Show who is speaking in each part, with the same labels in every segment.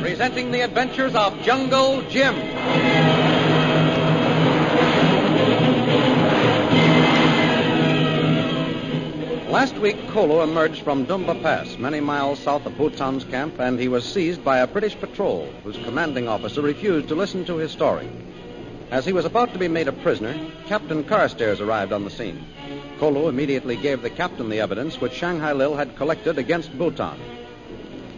Speaker 1: Presenting the adventures of Jungle Jim. Last week, Kolo emerged from Dumba Pass, many miles south of Bhutan's camp, and he was seized by a British patrol whose commanding officer refused to listen to his story. As he was about to be made a prisoner, Captain Carstairs arrived on the scene. Kolo immediately gave the captain the evidence which Shanghai Lil had collected against Bhutan.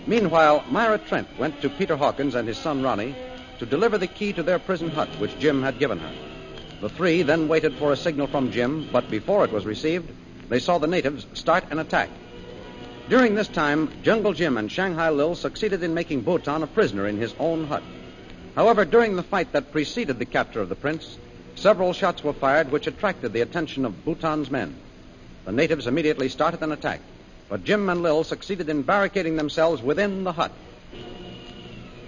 Speaker 1: Meanwhile, Myra Trent went to Peter Hawkins and his son Ronnie to deliver the key to their prison hut, which Jim had given her. The three then waited for a signal from Jim, but before it was received, they saw the natives start an attack. During this time, Jungle Jim and Shanghai Lil succeeded in making Bhutan a prisoner in his own hut. However, during the fight that preceded the capture of the prince, several shots were fired which attracted the attention of Bhutan's men. The natives immediately started an attack, but Jim and Lil succeeded in barricading themselves within the hut.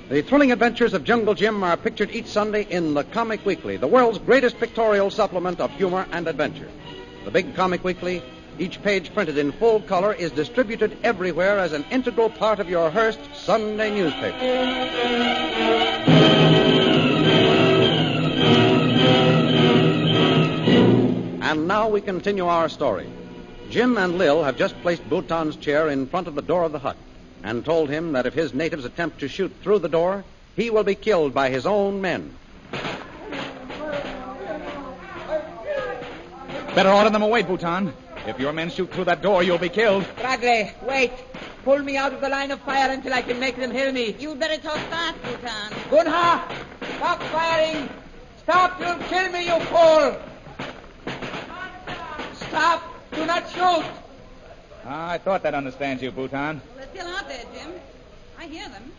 Speaker 1: The thrilling adventures of Jungle Jim are pictured each Sunday in the Comic Weekly, the world's greatest pictorial supplement of humor and adventure. The Big Comic Weekly, each page printed in full color, is distributed everywhere as an integral part of your Hearst Sunday newspaper. And now we continue our story. Jim and Lil have just placed Bhutan's chair in front of the door of the hut and told him that if his natives attempt to shoot through the door, he will be killed by his own men.
Speaker 2: Better order them away, Bhutan. If your men shoot through that door, you'll be killed.
Speaker 3: Bradley, wait. Pull me out of the line of fire until I can make them hear me.
Speaker 4: You better talk fast, Bhutan.
Speaker 3: Gunha, stop firing. Stop, you'll kill me, you fool. Stop, do not shoot.
Speaker 2: Ah, I thought that understands you, Bhutan.
Speaker 4: They're still out there, Jim. I hear them.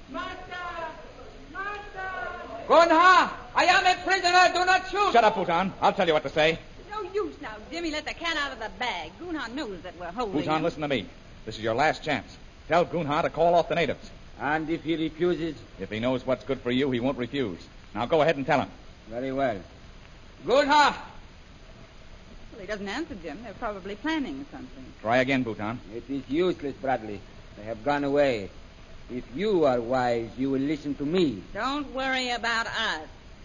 Speaker 3: Gunha, I am a prisoner, do not shoot.
Speaker 2: Shut up, Bhutan. I'll tell you what to say.
Speaker 4: No use now, Jimmy. Let the cat out of the bag. Gunhan knows that we're holding
Speaker 2: Bhutan,
Speaker 4: him.
Speaker 2: listen to me. This is your last chance. Tell Gunha to call off the natives.
Speaker 3: And if he refuses?
Speaker 2: If he knows what's good for you, he won't refuse. Now go ahead and tell him.
Speaker 3: Very well. Gunha,
Speaker 4: Well, he doesn't answer, Jim. They're probably planning something.
Speaker 2: Try again, Bhutan.
Speaker 3: it is useless, Bradley. They have gone away. If you are wise, you will listen to me.
Speaker 4: Don't worry about us.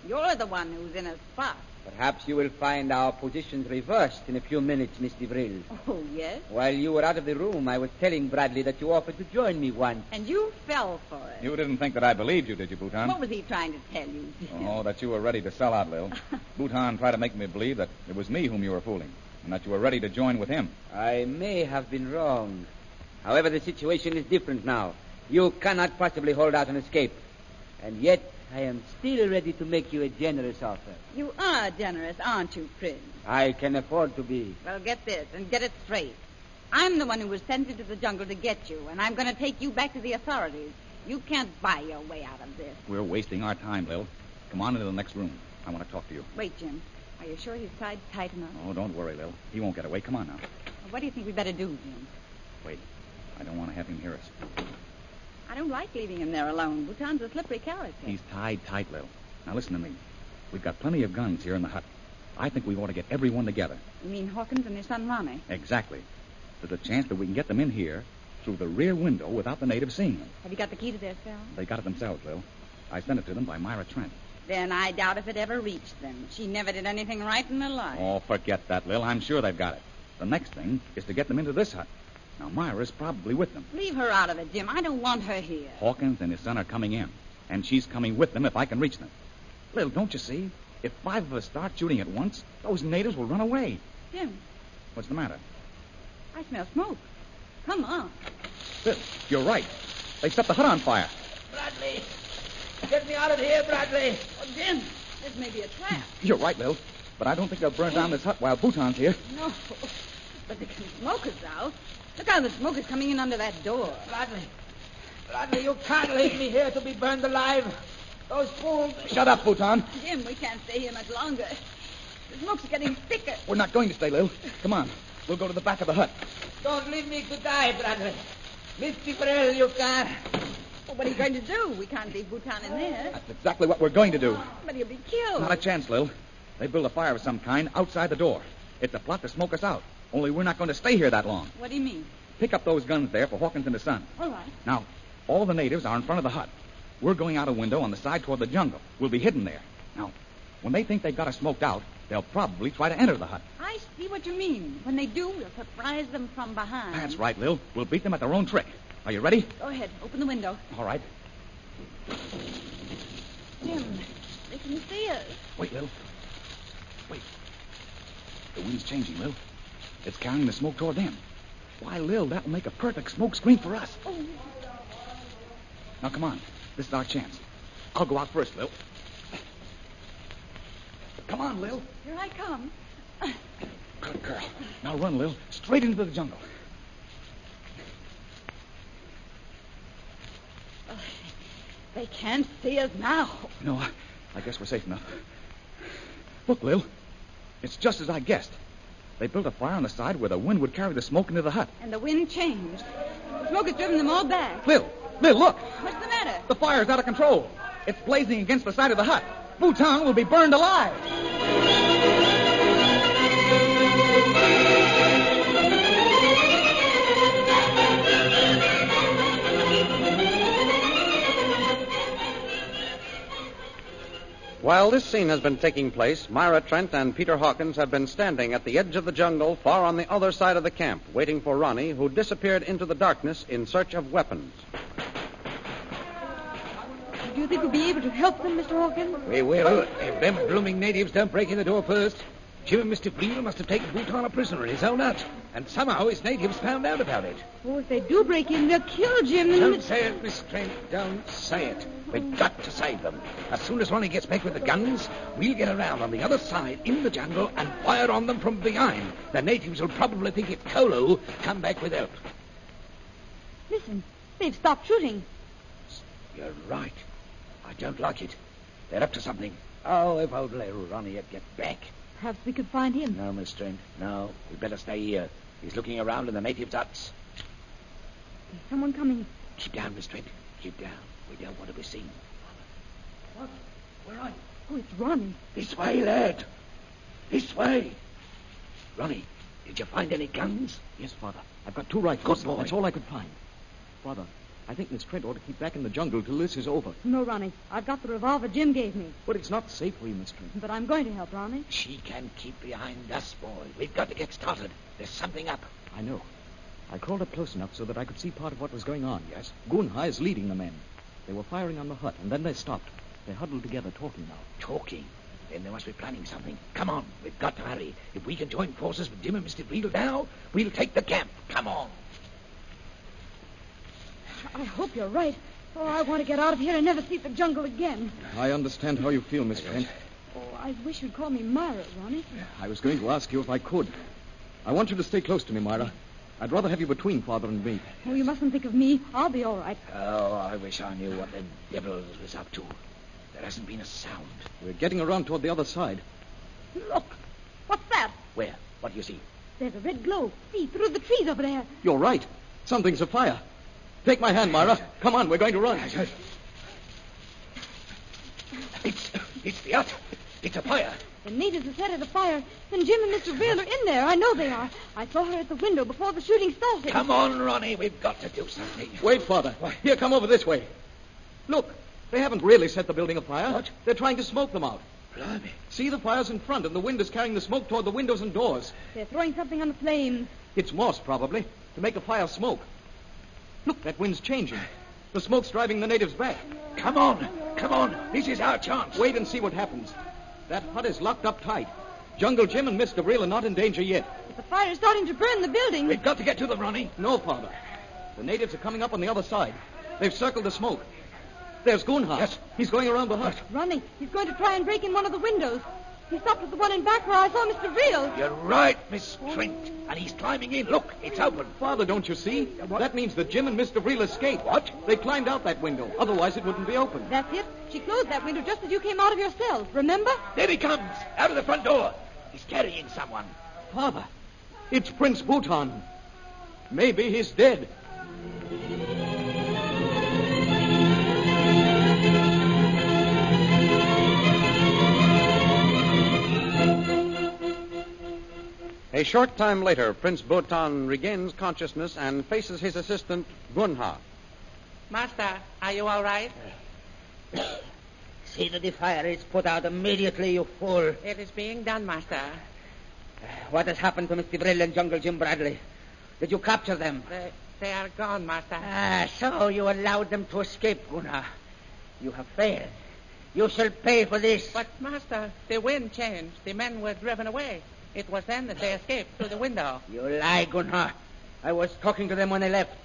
Speaker 4: You're the one who's in a spot.
Speaker 3: Perhaps you will find our positions reversed in a few minutes, Miss DeVril.
Speaker 4: Oh, yes?
Speaker 3: While you were out of the room, I was telling Bradley that you offered to join me once.
Speaker 4: And you fell for it.
Speaker 2: You didn't think that I believed you, did you, Bhutan?
Speaker 4: What was he trying to tell you, Jim?
Speaker 2: Oh, that you were ready to sell out, Lil. Bhutan tried to make me believe that it was me whom you were fooling, and that you were ready to join with him.
Speaker 3: I may have been wrong. However, the situation is different now. You cannot possibly hold out and escape. And yet, I am still ready to make you a generous offer.
Speaker 4: You are generous, aren't you, Prince?
Speaker 3: I can afford to be.
Speaker 4: Well, get this and get it straight. I'm the one who was sent into the jungle to get you, and I'm going to take you back to the authorities. You can't buy your way out of this.
Speaker 2: We're wasting our time, Lil. Come on into the next room. I want to talk to you.
Speaker 4: Wait, Jim. Are you sure he's tied tight enough?
Speaker 2: Oh, don't worry, Lil. He won't get away. Come on now.
Speaker 4: What do you think we better do, Jim?
Speaker 2: Wait. I don't want to have him hear us.
Speaker 4: I don't like leaving him there alone. Bhutan's a slippery character.
Speaker 2: He's tied tight, Lil. Now listen to me. We've got plenty of guns here in the hut. I think we ought to get everyone together.
Speaker 4: You mean Hawkins and his son Ronnie?
Speaker 2: Exactly. There's a chance that we can get them in here through the rear window without the natives seeing them.
Speaker 4: Have you got the key to their cell?
Speaker 2: They got it themselves, Lil. I sent it to them by Myra Trent.
Speaker 4: Then I doubt if it ever reached them. She never did anything right in her life.
Speaker 2: Oh, forget that, Lil. I'm sure they've got it. The next thing is to get them into this hut. Now, Myra's probably with them.
Speaker 4: Leave her out of it, Jim. I don't want her here.
Speaker 2: Hawkins and his son are coming in, and she's coming with them if I can reach them. Lil, don't you see? If five of us start shooting at once, those natives will run away.
Speaker 4: Jim,
Speaker 2: What's the matter?
Speaker 4: I smell smoke. Come on.
Speaker 2: Lil, you're right. They set the hut on fire.
Speaker 4: Bradley! Get me out of here, Bradley! Oh, Jim, this may be a trap.
Speaker 2: You're right, Lil. But I don't think they'll burn down this hut while Bhutan's here.
Speaker 4: No. But the smoke is out. Look how the smoke is coming in under that door.
Speaker 5: Bradley. Bradley, you can't leave me here to be burned alive. Those fools.
Speaker 2: Shut up, Bhutan.
Speaker 4: Jim, we can't stay here much longer. The smoke's getting thicker.
Speaker 2: We're not going to stay, Lil. Come on. We'll go to the back of the hut.
Speaker 5: Don't leave me to die, Bradley. Mr. Burrell, you can't.
Speaker 4: Well, what are you going to do? We can't leave Bhutan in there.
Speaker 2: That's exactly what we're going to do.
Speaker 4: But he'll be killed.
Speaker 2: Not a chance, Lil. They build a fire of some kind outside the door. It's a plot to smoke us out. Only we're not going to stay here that long.
Speaker 4: What do you mean?
Speaker 2: Pick up those guns there for Hawkins and his son.
Speaker 4: All right.
Speaker 2: Now, all the natives are in front of the hut. We're going out a window on the side toward the jungle. We'll be hidden there. Now, when they think they've got us smoked out, they'll probably try to enter the hut.
Speaker 4: I see what you mean. When they do, we'll surprise them from behind.
Speaker 2: That's right, Lil. We'll beat them at their own trick. Are you ready?
Speaker 4: Go ahead. Open the window.
Speaker 2: All right.
Speaker 4: Jim, they can see us.
Speaker 2: Wait, Lil. Wait. The wind's changing, Lil. It's carrying the smoke toward them. Why, Lil, that'll make a perfect smoke screen for us.
Speaker 4: Oh,
Speaker 2: Now, come on. This is our chance. I'll go out first, Lil. Come on, Lil.
Speaker 4: here I come.
Speaker 2: Good girl. Now run, Lil. Straight into the jungle.
Speaker 4: They can't see us now.
Speaker 2: No, I- I guess we're safe enough. Look, Lil. It's just as I guessed. They built a fire on the side where the wind would carry the smoke into the hut.
Speaker 4: And the wind changed. The smoke has driven them all back.
Speaker 2: Lil! Lil, look!
Speaker 4: What's the matter?
Speaker 2: The fire's out of control. It's blazing against the side of the hut. Bhutan will be burned alive.
Speaker 1: While this scene has been taking place, Myra Trent and Peter Hawkins have been standing at the edge of the jungle far on the other side of the camp, waiting for Ronnie, who disappeared into the darkness in search of weapons.
Speaker 4: Do you think we'll be able to help them, Mr. Hawkins?
Speaker 6: We will, if them blooming natives don't break in the door first. Jim and Mr. Beale must have taken Bhutan a prisoner in his own hut, and somehow his natives found out about it.
Speaker 4: Oh, if they do break in, they'll kill Jim. and-
Speaker 6: Don't say it, Miss Trent. Don't say it. We've got to save them. As soon as Ronnie gets back with the guns, we'll get around on the other side in the jungle and fire on them from behind. The natives will probably think it's Kolo come back with help.
Speaker 4: Listen, they've stopped shooting.
Speaker 6: You're right. I don't like it. They're up to something. Oh, if old little Ronnie would get back.
Speaker 7: Perhaps we could find him.
Speaker 6: No, Miss Trent. No, we better stay here. He's looking around in the natives' huts.
Speaker 7: There's someone coming.
Speaker 6: Keep down, Miss Trent. Keep down. We don't want to be seen. What? Where are you?
Speaker 7: Oh, it's Ronnie.
Speaker 6: This way, lad. This way. Ronnie, did you find any guns?
Speaker 8: Yes, Father. I've got two rifles.
Speaker 6: Good boy.
Speaker 8: That's all I could find. Father, I think Miss Trent ought to keep back in the jungle till this is over.
Speaker 9: No, Ronnie. I've got the revolver Jim gave me.
Speaker 8: But it's not safe for you, Miss Trent.
Speaker 9: But I'm going to help Ronnie.
Speaker 6: She can keep behind us, boy. We've got to get started. There's something up.
Speaker 8: I know. I crawled up close enough so that I could see part of what was going on. Yes? Gunhai is leading the men. They were firing on the hut, and then they stopped. They huddled together, talking now.
Speaker 6: Talking. Then they must be planning something. Come on, we've got to hurry. If we can join forces with Jim and Mr. Beadle now, we'll take the camp. Come on.
Speaker 9: I hope you're right. Oh, I want to get out of here and never see the jungle again.
Speaker 8: I understand how you feel, Miss Trent.
Speaker 9: Oh, I wish you'd call me Myra, Ronnie.
Speaker 8: I was going to ask you if I could. I want you to stay close to me, Myra. I'd rather have you between Father and me.
Speaker 9: Oh, you mustn't think of me. I'll be all right.
Speaker 6: Oh, I wish I knew what the devil was up to. There hasn't been a sound.
Speaker 8: We're getting around toward the other side.
Speaker 9: Look. What's that?
Speaker 6: Where? What do you see?
Speaker 9: There's a red glow. See, through the trees over there.
Speaker 8: You're right. Something's afire. Take my hand, Myra. Come on, we're going to run.
Speaker 6: It's, it's the hut. It's a fire.
Speaker 9: The natives are set at a fire, and Jim and Mr. Vail are in there. I know they are. I saw her at the window before the shooting started.
Speaker 6: Come on, Ronnie. We've got to do something.
Speaker 8: Wait, Father. Here, come over this way. Look, They haven't really set the building afire. What? They're trying to smoke them out. Blimey. See, the fire's in front, and the wind is carrying the smoke toward the windows and doors.
Speaker 9: They're throwing something on the flames.
Speaker 8: It's Morse, probably, to make a fire smoke. Look, that wind's changing. The smoke's driving the natives back. Come on, come on. This is our chance. Wait and see what happens. That hut is locked up tight. Jungle Jim and Miss Gabriel are not in danger yet.
Speaker 9: But the fire's starting to burn the building.
Speaker 8: We've got to get to them, Ronnie. No, Father. The natives are coming up on the other side. They've circled the smoke. There's Goonhart. Yes. He's going around the hut.
Speaker 9: Ronnie, he's going to try and break in one of the windows. He stopped at the one in back where I saw Mr. Veal.
Speaker 6: You're right, Miss Trent. And he's climbing in. Look, it's open. Uh,
Speaker 8: Father, don't you see? That means that Jim and Mr. Vreel escaped. What? They climbed out that window. Otherwise, it wouldn't be open.
Speaker 9: That's it. She closed that window just as you came out of your cell. Remember?
Speaker 6: There he comes, out of the front door. He's carrying someone.
Speaker 8: Father, it's Prince Bhutan. Maybe he's dead.
Speaker 1: A short time later, Prince Bhutan regains consciousness and faces his assistant, Gunha.
Speaker 10: Master, are you all right?
Speaker 3: See that the fire is put out immediately, you fool.
Speaker 10: It is being done, Master.
Speaker 3: What has happened to Mr. Brill and Jungle Jim Bradley? Did you capture them?
Speaker 10: They, they are gone, Master.
Speaker 3: Ah, so you allowed them to escape, Gunnar. You have failed. You shall pay for this.
Speaker 10: But, Master, the wind changed. The men were driven away. It was then that they escaped through the window.
Speaker 3: You lie, Gunnar. I was talking to them when they left.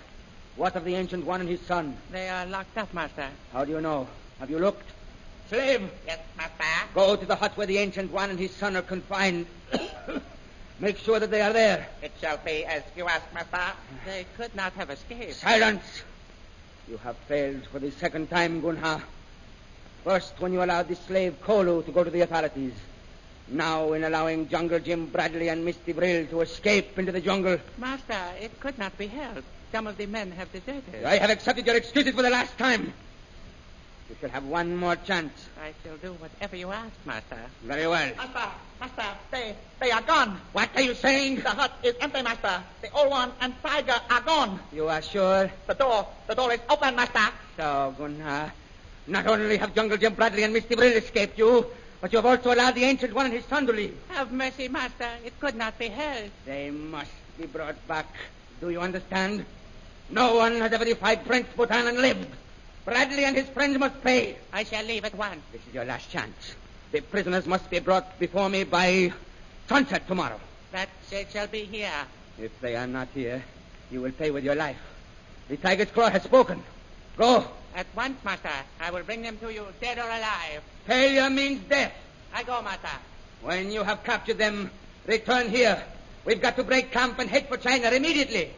Speaker 3: What of the Ancient One and his son?
Speaker 10: They are locked up, Master.
Speaker 3: How do you know? Have you looked? Slave!
Speaker 10: Yes, Master.
Speaker 3: Go to the hut where the Ancient One and his son are confined. Make sure that they are there.
Speaker 10: It shall be as you ask, Master. They could not have escaped.
Speaker 3: Silence! You have failed for the second time, Gunnar. First, when you allowed the slave Kolu to go to the authorities. Now, in allowing Jungle Jim Bradley and Misty Brill to escape into the jungle.
Speaker 10: Master, it could not be held. Some of the men have deserted.
Speaker 3: I have accepted your excuses for the last time. You shall have one more chance.
Speaker 10: I shall do whatever you ask, Master.
Speaker 3: Very well.
Speaker 10: Master, Master, they, they are gone.
Speaker 3: What are you saying?
Speaker 10: The hut is empty, Master. The old one and Tiger are gone.
Speaker 3: You are sure?
Speaker 10: The door, the door is open, Master.
Speaker 3: So, Gunnar, not only have Jungle Jim Bradley and Misty Brill escaped you, but you have also allowed the Ancient One and his son to leave.
Speaker 10: Have mercy, Master. It could not be held.
Speaker 3: They must be brought back. Do you understand? No one has ever defied Prince Bhutan and lived. Bradley and his friends must pay.
Speaker 10: I shall leave at once.
Speaker 3: This is your last chance. The prisoners must be brought before me by sunset tomorrow.
Speaker 10: That they shall be here.
Speaker 3: If they are not here, you will pay with your life. The tiger's claw has spoken. Go.
Speaker 10: At once, Master. I will bring them to you, dead or alive.
Speaker 3: Failure means death.
Speaker 10: I go, Master.
Speaker 3: When you have captured them, return here. We've got to break camp and head for China immediately.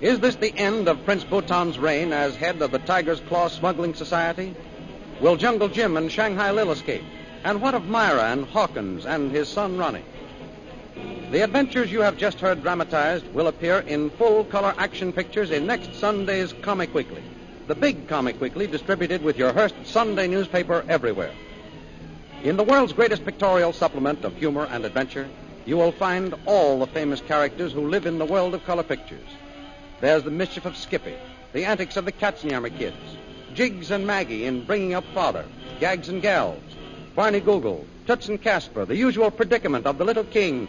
Speaker 1: Is this the end of Prince Bhutan's reign as head of the Tiger's Claw Smuggling Society? Will Jungle Jim and Shanghai Lil escape? And what of Myra and Hawkins and his son Ronnie? The adventures you have just heard dramatized will appear in full color action pictures in next Sunday's Comic Weekly, the big Comic Weekly distributed with your Hearst Sunday newspaper everywhere. In the world's greatest pictorial supplement of humor and adventure, you will find all the famous characters who live in the world of color pictures. There's the mischief of Skippy, the antics of the Katzenjammer kids, Jigs and Maggie in Bringing Up Father, Gags and Gals, Barney Google, Toots and Casper, the usual predicament of the Little King,